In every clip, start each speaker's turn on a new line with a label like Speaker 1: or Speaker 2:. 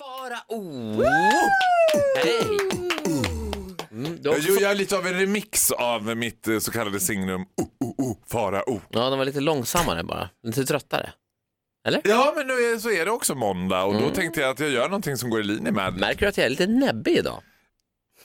Speaker 1: Farao! Hej! Mm, du har
Speaker 2: Jag
Speaker 1: också fått...
Speaker 2: gör lite av en remix av mitt eh, så kallade signum oh, oh, oh, Farao.
Speaker 1: Ja, de var lite långsammare bara. Lite tröttare.
Speaker 2: Ja, men nu är, så är det också måndag och
Speaker 1: Mm.
Speaker 2: då tänkte jag att jag gör någonting som går i linje med
Speaker 1: Märker du att jag är lite näbbig idag?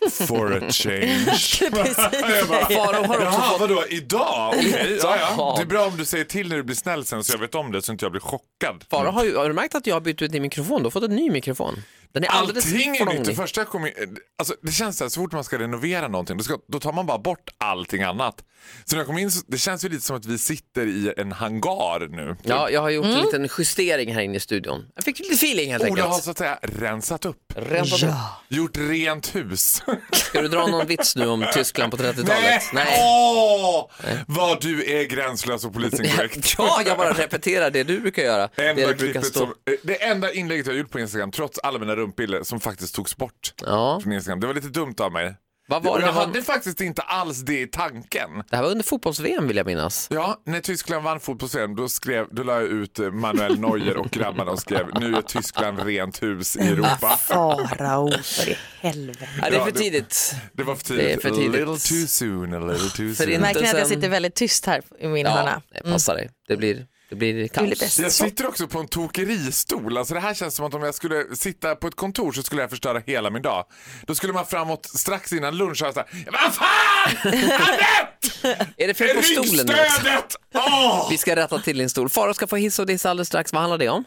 Speaker 2: For a change.
Speaker 3: Precis.
Speaker 2: Jag bara,
Speaker 1: Farao har också
Speaker 2: Jaha,
Speaker 1: fått...
Speaker 2: vadå, idag? Okej, ja, ja.
Speaker 1: Idag.
Speaker 2: Det är bra om du säger till när du blir snäll sen så jag vet om det så inte jag blir chockad. Mm.
Speaker 1: Farao har, ju, har du märkt att jag har bytt ut din mikrofon? Du har fått en ny mikrofon. Den är alldeles
Speaker 2: Allting är nytt. Det
Speaker 1: flångig.
Speaker 2: första kom in, alltså, det känns så här, så fort man ska renovera någonting, då, ska, då tar man bara bort allting annat. Så när jag kom in, så, det känns ju lite som att vi sitter i en hangar nu.
Speaker 1: Ja, jag har gjort en liten justering här inne i studion. Jag fick lite feeling helt
Speaker 2: Ola har
Speaker 1: enkelt.
Speaker 2: så att säga rensat upp,
Speaker 1: Rensat upp.
Speaker 2: gjort rent hus.
Speaker 1: Ska du dra någon vits nu om Tyskland på 30-talet?
Speaker 2: Nej! Åh! Vad du är gränslös och polisinkorrekt.
Speaker 1: Ja, jag bara repeterar det du brukar göra. det
Speaker 2: Enda
Speaker 1: du brukar
Speaker 2: klippet
Speaker 1: stå...
Speaker 2: som, eh, det enda inlägget jag har gjort på Instagram, trots alla mina rumpbilder, som faktiskt togs bort
Speaker 1: Ja.
Speaker 2: från Instagram. Det var lite dumt av mig.
Speaker 1: Vad var
Speaker 2: Och
Speaker 1: det?
Speaker 2: jag
Speaker 1: Det var-
Speaker 2: hade faktiskt inte alls det i tanken.
Speaker 1: Det här var under fotbolls-VM vill jag minnas.
Speaker 2: Ja, när Tyskland vann fotbolls-VM då, skrev- då la jag ut eh, Manuel Neuer och grabbarna och skrev nu är Tyskland rent hus i Europa.
Speaker 3: Farao, för i helvete.
Speaker 1: Ja, det är
Speaker 2: Ja,
Speaker 1: för
Speaker 2: det-
Speaker 1: tidigt.
Speaker 2: Det var för tidigt.
Speaker 1: Det är för tidigt.
Speaker 2: A little too soon, a little too
Speaker 1: För
Speaker 2: soon.
Speaker 1: in-
Speaker 3: Märker ni att jag
Speaker 1: sen-
Speaker 3: sitter väldigt tyst här i min hörna? Mm.
Speaker 1: Ja, nej, passa dig. Det blir, Mm. det blir kaos.
Speaker 3: blir bäst.
Speaker 2: Jag sitter också på en tokeristol. Alltså det här känns som att om jag skulle sitta på ett kontor så skulle jag förstöra hela min dag. Då skulle man framåt strax innan lunch höra såhär Vad fan! Anette!
Speaker 1: Är det fel på stolen nu? också?
Speaker 2: Ryggstödet! Åh!
Speaker 1: Vi ska rätta till din stol. Farao ska få hiss och diss alldeles strax. Vad handlar det om?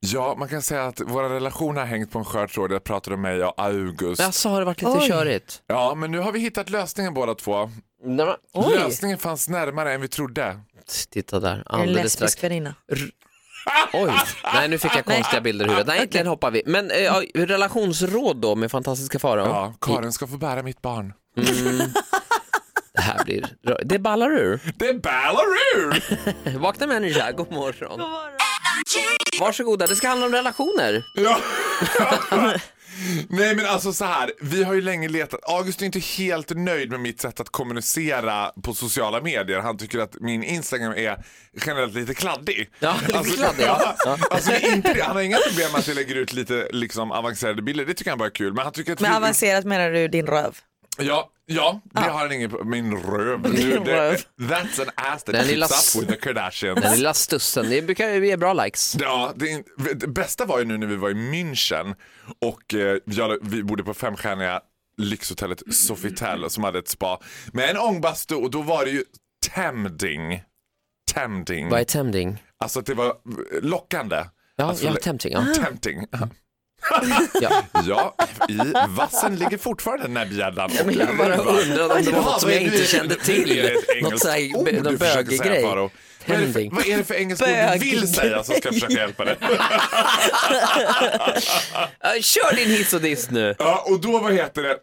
Speaker 2: Ja, man kan säga att vår relation har hängt på en skör tråd. Jag pratade om mig och August.
Speaker 1: Jaså, har det varit lite
Speaker 3: Oj.
Speaker 1: körigt?
Speaker 2: Ja, men nu har vi hittat lösningen båda två.
Speaker 1: Nej, men,
Speaker 2: Lösningen fanns närmare än vi trodde.
Speaker 1: Titta där,
Speaker 3: Är du
Speaker 1: alldeles strax.
Speaker 3: lesbisk väninna?
Speaker 1: Oj, nej nu fick jag konstiga bilder i huvudet. Nej, egentligen hoppar vi. Men eh, ja, relationsråd då med fantastiska Farao.
Speaker 2: Ja, Karin ska få bära mitt barn.
Speaker 1: Det här blir... Det ballar ur.
Speaker 2: Det ballar ur!
Speaker 1: Vakna människa, god morgon. Varsågoda, det ska handla om relationer.
Speaker 2: Ja. Nej men alltså så här, vi har ju länge letat. August är inte helt nöjd med mitt sätt att kommunicera på sociala medier. Han tycker att min Instagram är generellt lite kladdig.
Speaker 1: Ja, lite kladdig, ja.
Speaker 2: ja. Alltså, det är inte det. Han har inga problem med att jag lägger ut lite liksom, avancerade bilder. Det tycker han bara är kul. Men han tycker att
Speaker 3: Men
Speaker 2: vi-
Speaker 3: avancerat menar du din röv?
Speaker 2: Ja, ja det har han ingen Min röv. Du,
Speaker 3: Din
Speaker 2: det,
Speaker 3: röv.
Speaker 2: that's an ass that
Speaker 1: Den lilla
Speaker 2: keeps
Speaker 1: s-
Speaker 2: up with the Kardashians.
Speaker 1: Den lilla stussen, det brukar ju ge bra likes.
Speaker 2: Ja, det, är in- det bästa var ju nu när vi var i München och eh, jag, vi bodde på femstjärniga lyxhotellet Sofitel som hade ett spa med en ångbastu och då var det ju Tending. Tending.
Speaker 1: Vad är tempting?
Speaker 2: Alltså att det var lockande.
Speaker 1: Ja,
Speaker 2: Alltså,
Speaker 1: ja
Speaker 2: le-
Speaker 1: tempting. Ja.
Speaker 2: Tempting.
Speaker 1: Ja.
Speaker 2: Ja, i vassen ligger fortfarande den här bjäddan.
Speaker 1: Men jag bara undrade om det var något som jag inte kände
Speaker 2: Det är
Speaker 1: till.
Speaker 2: ett engelskt
Speaker 1: Något så här,
Speaker 2: ord
Speaker 1: någon
Speaker 2: du försöker
Speaker 1: bögig
Speaker 2: säga,
Speaker 1: grej.
Speaker 2: Faro. Vad är det för-
Speaker 1: Pending.
Speaker 2: Vad är det för engelskt ord du vill
Speaker 3: Bög.
Speaker 2: säga som ska försöka hjälpa dig?
Speaker 1: Ja, Eh, Kör din hiss och diss nu.
Speaker 2: Ja, och då, vad heter det?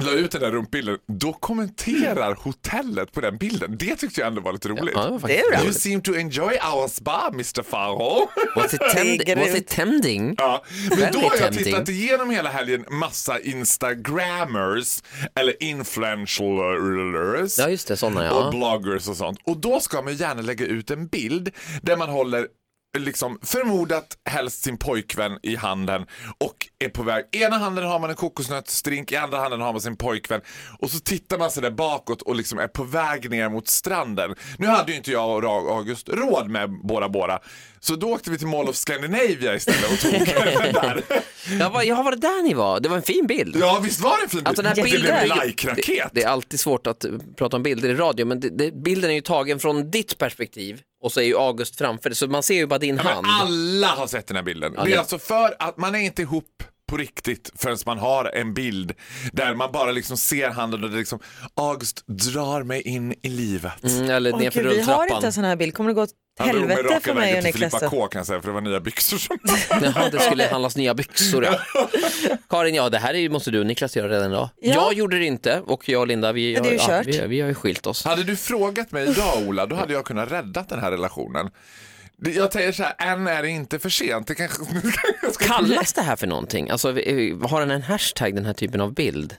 Speaker 2: La ut den där rumpbilden, då kommenterar hotellet på den bilden. Det tyckte jag ändå var lite roligt.
Speaker 1: Ja, det var faktiskt
Speaker 3: Det är bra.
Speaker 2: You seem to enjoy our spa, Mr Farao.
Speaker 1: Was it, tem- was it tempting?
Speaker 2: Ja, men
Speaker 1: Väldigt
Speaker 2: då har jag
Speaker 1: tempting.
Speaker 2: tittat igenom hela helgen massa instagrammers eller influencers
Speaker 1: Ja, just det, sådana
Speaker 2: och
Speaker 1: ja.
Speaker 2: bloggers och sånt. Och då ska man gärna lägga ut en bild där man håller liksom förmodat helst sin pojkvän i handen och är på väg. I ena handen har man en kokosnötsdrink, i andra handen har man sin pojkvän och så tittar man sig där bakåt och liksom är på väg ner mot stranden. Nu hade ju inte jag och Ra- August råd med Bora Bora så då åkte vi till Mall of Scandinavia istället och tog den där.
Speaker 1: Jag var, jag var där ni var, det var en fin bild.
Speaker 2: Ja visst var det en fin bild?
Speaker 1: Alltså den här
Speaker 2: det
Speaker 1: bilden är
Speaker 2: blev
Speaker 1: ju-
Speaker 2: en like-raket.
Speaker 1: Det är alltid svårt att eh, prata om bilder i radio, men det, det, bilden är ju tagen från ditt perspektiv och så är ju August framför dig, så man ser ju bara din
Speaker 2: Ja,
Speaker 1: hand.
Speaker 2: men alla har sett den här bilden. det är
Speaker 1: det-
Speaker 2: alltså för att man är inte ihop på riktigt förrän man har en bild där man bara liksom ser handen och det liksom August drar mig in i livet.
Speaker 1: Mm, eller
Speaker 3: Åh,
Speaker 1: nerför
Speaker 3: Gud, vi har
Speaker 1: rulltrappan.
Speaker 3: inte en sån här bild. Kommer det gå åt
Speaker 2: Han drog mig
Speaker 3: helvete
Speaker 2: raka
Speaker 3: för
Speaker 2: vägen
Speaker 3: mig och
Speaker 2: till Filippa
Speaker 3: Niklas? då?
Speaker 2: K kan jag säga för det var nya byxor som...
Speaker 1: Ja, det skulle handlas nya byxor. Ja. Karin, ja det här är, ju- måste du och Niklas göra redan idag.
Speaker 3: Ja.
Speaker 1: Jag gjorde det inte och jag och Linda, vi,
Speaker 3: Ja, det är ju
Speaker 1: har-
Speaker 3: kört.
Speaker 1: vi, vi har ju skilt oss.
Speaker 2: hade du frågat mig idag Ola, då hade jag kunnat rädda den här relationen. Det- Jag säger så här, än är det inte för sent. Det kanske... jag ska-
Speaker 1: Kallas det här för någonting? Alltså, vi- eh, har den en hashtag, den här typen av bild?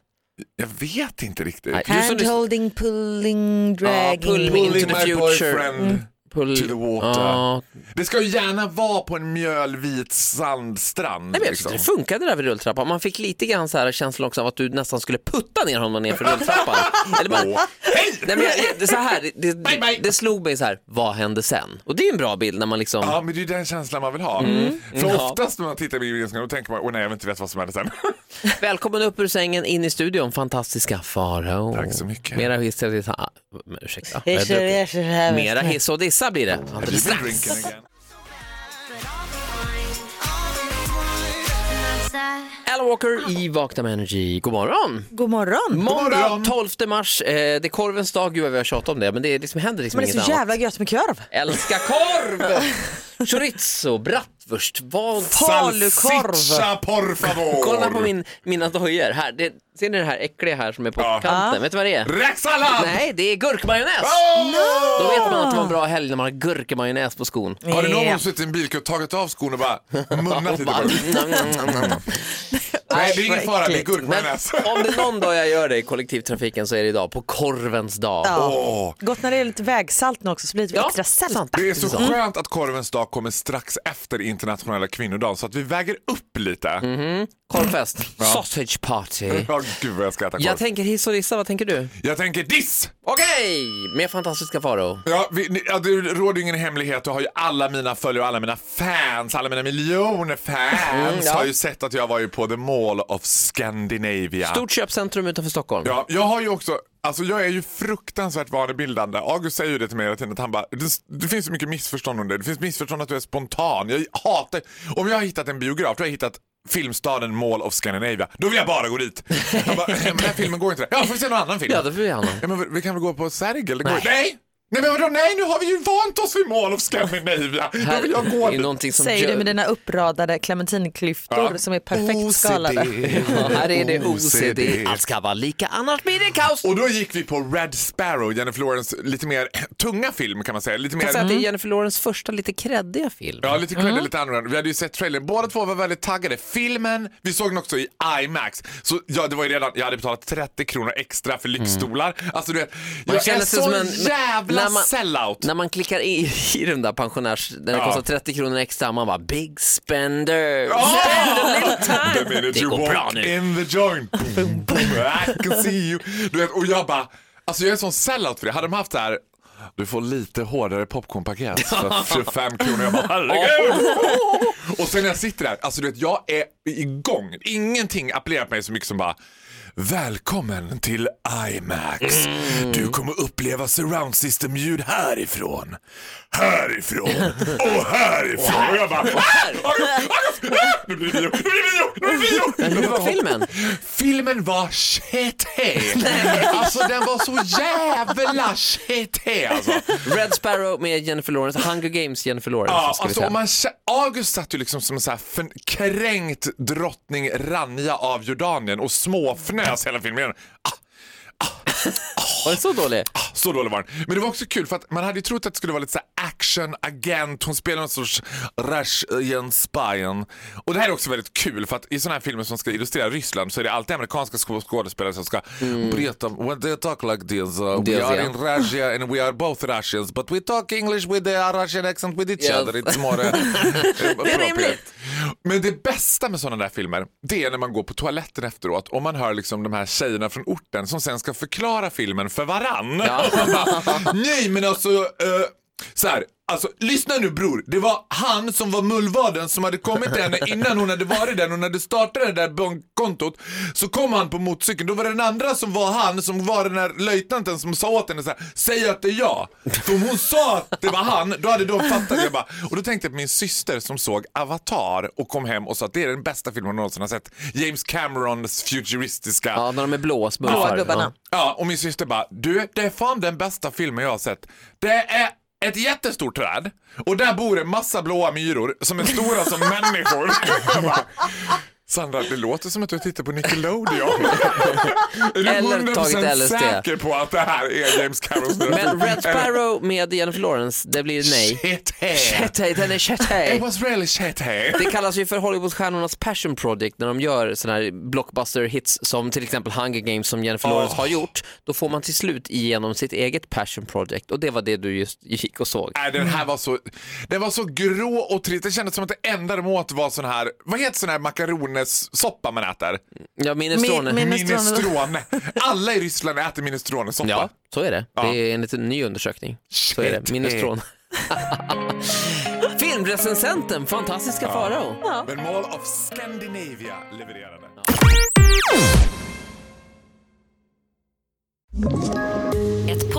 Speaker 2: Jag vet inte riktigt.
Speaker 1: Nej. Du som lyssnar-
Speaker 3: Handholding, pulling,
Speaker 1: Ja,
Speaker 3: dragging.
Speaker 1: pull me into
Speaker 2: Pulling
Speaker 1: the
Speaker 2: my
Speaker 1: future. Mm.
Speaker 2: boyfriend.
Speaker 1: Pull...
Speaker 2: To the water.
Speaker 1: Ja.
Speaker 2: Det ska ju gärna vara på en mjölvit sandstrand.
Speaker 1: Nej, men jag
Speaker 2: liksom.
Speaker 1: tyckte det funkade det där vid rulltrappan. Man fick lite grann så här känslan också av att du nästan skulle putta ner honom nerför rulltrappan. Eller bara,
Speaker 2: Åh, Hej!
Speaker 1: nej, men jag, det, så här, det,
Speaker 2: Bye, bye.
Speaker 1: det slog mig så här, vad hände sen? Och det är ju en bra bild när man liksom,
Speaker 2: Ja, men det är ju den känslan man vill ha. Mm. För
Speaker 1: Mm. Ja.
Speaker 2: oftast när man tittar i videogrejen då tänker man, åh nej, jag vill inte veta vad som hände sen.
Speaker 1: välkommen upp ur sängen, in i studion, fantastiska Farao.
Speaker 2: Tack så mycket.
Speaker 1: Mera hiss och dissa. ah, men Ursäkta.
Speaker 3: Jag
Speaker 1: Jag
Speaker 3: kör-
Speaker 1: druckit.
Speaker 3: jag kör här med-
Speaker 1: Mera hiss och dissa blir det. Alldeles
Speaker 2: You've been
Speaker 1: strax.
Speaker 2: drinking again.
Speaker 1: Al Walker i Vakna med Energy. God morgon!
Speaker 3: God morgon.
Speaker 1: Måndag
Speaker 2: morgon.
Speaker 1: 12 mars, eh, det är korvens dag. Gud vad vi har tjatat om det, men det är liksom, händer liksom
Speaker 3: Men det
Speaker 1: inget
Speaker 3: är
Speaker 1: annat.
Speaker 3: så jävla gött med korv.
Speaker 1: Älskar korv! Chorizo, bratwurst, vad...
Speaker 3: Falukorv.
Speaker 2: Salsiccia por favor!
Speaker 1: Kolla på min, mina dojor här. Det, ser ni det här äckliga här som är på
Speaker 2: Ja.
Speaker 1: kanten? Vet du vad det är?
Speaker 2: Räksallad!
Speaker 1: Nej, det är gurkmajonnäs!
Speaker 2: Åh!
Speaker 1: Då vet man att det var en bra helg när man har gurkmajonnäs på skon.
Speaker 2: Har du någon
Speaker 3: Ja.
Speaker 2: gång suttit i en bilkö och tagit av skon och bara munnat lite? på den? Nej, det är ingen
Speaker 3: vad
Speaker 2: fara, det är
Speaker 3: äckligt.
Speaker 1: Men
Speaker 2: gurkmajonnäs.
Speaker 1: om det är någon dag jag gör det i kollektivtrafiken så är det idag, på korvens dag.
Speaker 3: Ja.
Speaker 2: Åh.
Speaker 3: Gott när det är lite vägsalt nu också så blir det
Speaker 1: Ja,
Speaker 3: extra sälta.
Speaker 1: sant.
Speaker 2: Det är så skönt att korvens dag kommer strax efter internationella kvinnodagen så att vi väger upp lite.
Speaker 1: Mm. Korvfest, sausage party.
Speaker 2: Ja, gud vad jag ska äta korv. Jag,
Speaker 1: Jag tänker hiss och dissa, vad tänker du?
Speaker 2: tänker diss!
Speaker 1: Okej, med fantastiska Faro.
Speaker 2: Ja, vi, ni, ja, det råder ju ingen hemlighet. Du har ju alla mina följare och alla mina fans, alla mina miljoner fans
Speaker 1: Mm, ja.
Speaker 2: har ju sett att jag var ju på the mall of Scandinavia.
Speaker 1: Stort köpcentrum utanför Stockholm.
Speaker 2: Ja, jag har ju också, alltså jag är ju fruktansvärt vanebildande. August säger ju det till mig hela tiden att han bara, det, det finns så mycket missförstånd om det. Det finns missförstånd att du är spontan. Jag hatar, om jag har hittat en biograf, då har jag hittat Filmstaden Mall of Scandinavia. Då vill jag bara gå dit. Jag bara, "Nej, men den här filmen går inte. Ja, får vi se någon annan film?
Speaker 1: Ja, då får vi annan.
Speaker 2: Ja, men vi kan väl gå på Sergel? Det går-
Speaker 1: Nej.
Speaker 2: Nej! Nej, men vadå, nej, nu har vi ju vant oss vid Mall of Scandinavia. Då vill jag
Speaker 1: Det
Speaker 2: gå
Speaker 1: är ju
Speaker 2: dit.
Speaker 1: någonting som
Speaker 3: Säger
Speaker 1: gör-
Speaker 3: du med dina uppradade clementinklyftor
Speaker 2: Ja.
Speaker 3: som är perfekt
Speaker 2: OCD.
Speaker 3: skalade.
Speaker 1: Ja, här är det OCD. Allt ska vara lika, annars blir det kaos.
Speaker 2: Och då gick vi på Red Sparrow, Jennifer Lawrence lite mer tunga film kan man säga. Lite mer...
Speaker 1: Jag säga att det är Jennifer Lawrence första lite kreddiga film.
Speaker 2: Ja, lite cred
Speaker 1: Mm.
Speaker 2: lite annorlunda. Vi hade ju sett trailern. Båda två var väldigt taggade. Filmen, vi såg den också i IMAX. Så ja, det var ju redan, jag hade betalat 30 kronor extra för lyxstolar. Alltså du vet, jag är
Speaker 1: Mm. känner sig
Speaker 2: så
Speaker 1: som en-
Speaker 2: jävla
Speaker 1: när man-
Speaker 2: sellout.
Speaker 1: När man klickar i, i den där pensionärs, den
Speaker 2: Ja.
Speaker 1: kostar 30 kronor extra, man bara big spender.
Speaker 2: Oh!
Speaker 1: Spend a little time.
Speaker 2: The minute
Speaker 1: Det
Speaker 2: you
Speaker 1: går bra
Speaker 2: walk
Speaker 1: nu.
Speaker 2: in the joint, boom, boom, I can see you. Du vet, och jag bara, alltså jag är en sån sellout för det. Hade de haft det här, du får lite hårdare popcornpaket för 25 kronor. Jag bara, herregud. Och sen när jag sitter där, alltså du vet, jag är igång. Ingenting appellerar på mig så mycket som bara, Välkommen till IMAX.
Speaker 1: Mm.
Speaker 2: Du kommer uppleva surround system ljud härifrån, härifrån och härifrån. Och jag bara, "Ah! August, August, ah! nu blir det bio, nu blir det bio, nu blir det bio.
Speaker 1: Hur var filmen?
Speaker 2: Filmen var cheté. Alltså den var så jävla cheté alltså.
Speaker 1: Red Sparrow med Jennifer Lawrence, Hunger Games Jennifer Lawrence.
Speaker 2: Ja,
Speaker 1: ska vi
Speaker 2: alltså,
Speaker 1: säga.
Speaker 2: om man, kä- August satt ju liksom som en så här förn- kränkt drottning Rania av Jordanien och småfnös hela filmen. Ah,
Speaker 1: Var det så dålig?
Speaker 2: Så dålig var den. Men det var också kul för att man hade ju trott att det skulle vara lite så här action-agent. Hon spelar någon sorts Russian spyen. Och det här är också väldigt kul för att i sådana här filmer som ska illustrera Ryssland så är det alltid amerikanska skå- skådespelare som ska berätta when they talk like this. Uh,
Speaker 1: Mm. This,
Speaker 2: we are
Speaker 1: yeah.
Speaker 2: in Russia and we are both Russians but we talk English with the Russian accent with each
Speaker 1: Yes.
Speaker 2: other. It's more uh,
Speaker 1: Det är
Speaker 2: appropriate.
Speaker 1: rimligt.
Speaker 2: Men det bästa med sådana där filmer, det är när man går på toaletten efteråt och man hör liksom de här tjejerna från orten som sen ska förklara filmen för varann. Och man bara, Nej men alltså, eh, så här, alltså lyssna nu bror. Det var han som var mullvaden som hade kommit till henne innan hon hade varit där. Hon hade startat det där bankkontot. Så kom han på motorcykeln. Då var det den andra som var han som var den där löjtnanten som sa åt henne så här, säg att det är jag. För om hon sa att det var han, då hade de fattat. Jag bara, och då tänkte jag på min syster som såg Avatar och kom hem och sa att det är den bästa filmen hon någonsin har sett. James Camerons futuristiska
Speaker 1: Ja, när de är blåa
Speaker 3: Blåa
Speaker 1: smurfar.
Speaker 3: gubbarna.
Speaker 2: Ja, och min syster bara, du det är fan den bästa filmen jag har sett. Det är ett jättestort träd och där bor en massa blåa myror som är stora som människor. Jag bara, Sandra, det låter som att du tittar på Nickelodeon. är du
Speaker 1: Eller
Speaker 2: 100%
Speaker 1: tagit LSD.
Speaker 2: säker på att det här är James Carrolls
Speaker 1: Men Red Sparrow med Jennifer Lawrence, det blir nej.
Speaker 2: Shit.
Speaker 1: Chetey, den är Chetey.
Speaker 2: It was really shit hey.
Speaker 1: Det kallas ju för Hollywoodstjärnornas passion project när de gör sådana här blockbuster hits som till exempel Hunger Games som Jennifer Lawrence har gjort. Då får man till slut igenom sitt eget passion project och det var det du just gick och såg.
Speaker 2: Nej, den här var så, den var så grå och trist. Det kändes som att det enda de åt var sån här, vad heter sån här makaronesoppa man äter?
Speaker 1: Ja, Minestrone.
Speaker 3: Mi- mi- Minestrone.
Speaker 2: Minestrone. Alla i Ryssland äter minestronesoppa.
Speaker 1: Ja, så är det.
Speaker 2: Ja.
Speaker 1: Det är enligt en ny undersökning. Så är det.
Speaker 2: Shit.
Speaker 1: Minestrone. Filmrecensenten, fantastiska Farao.
Speaker 2: Men Mall of Scandinavia levererade.
Speaker 4: Ett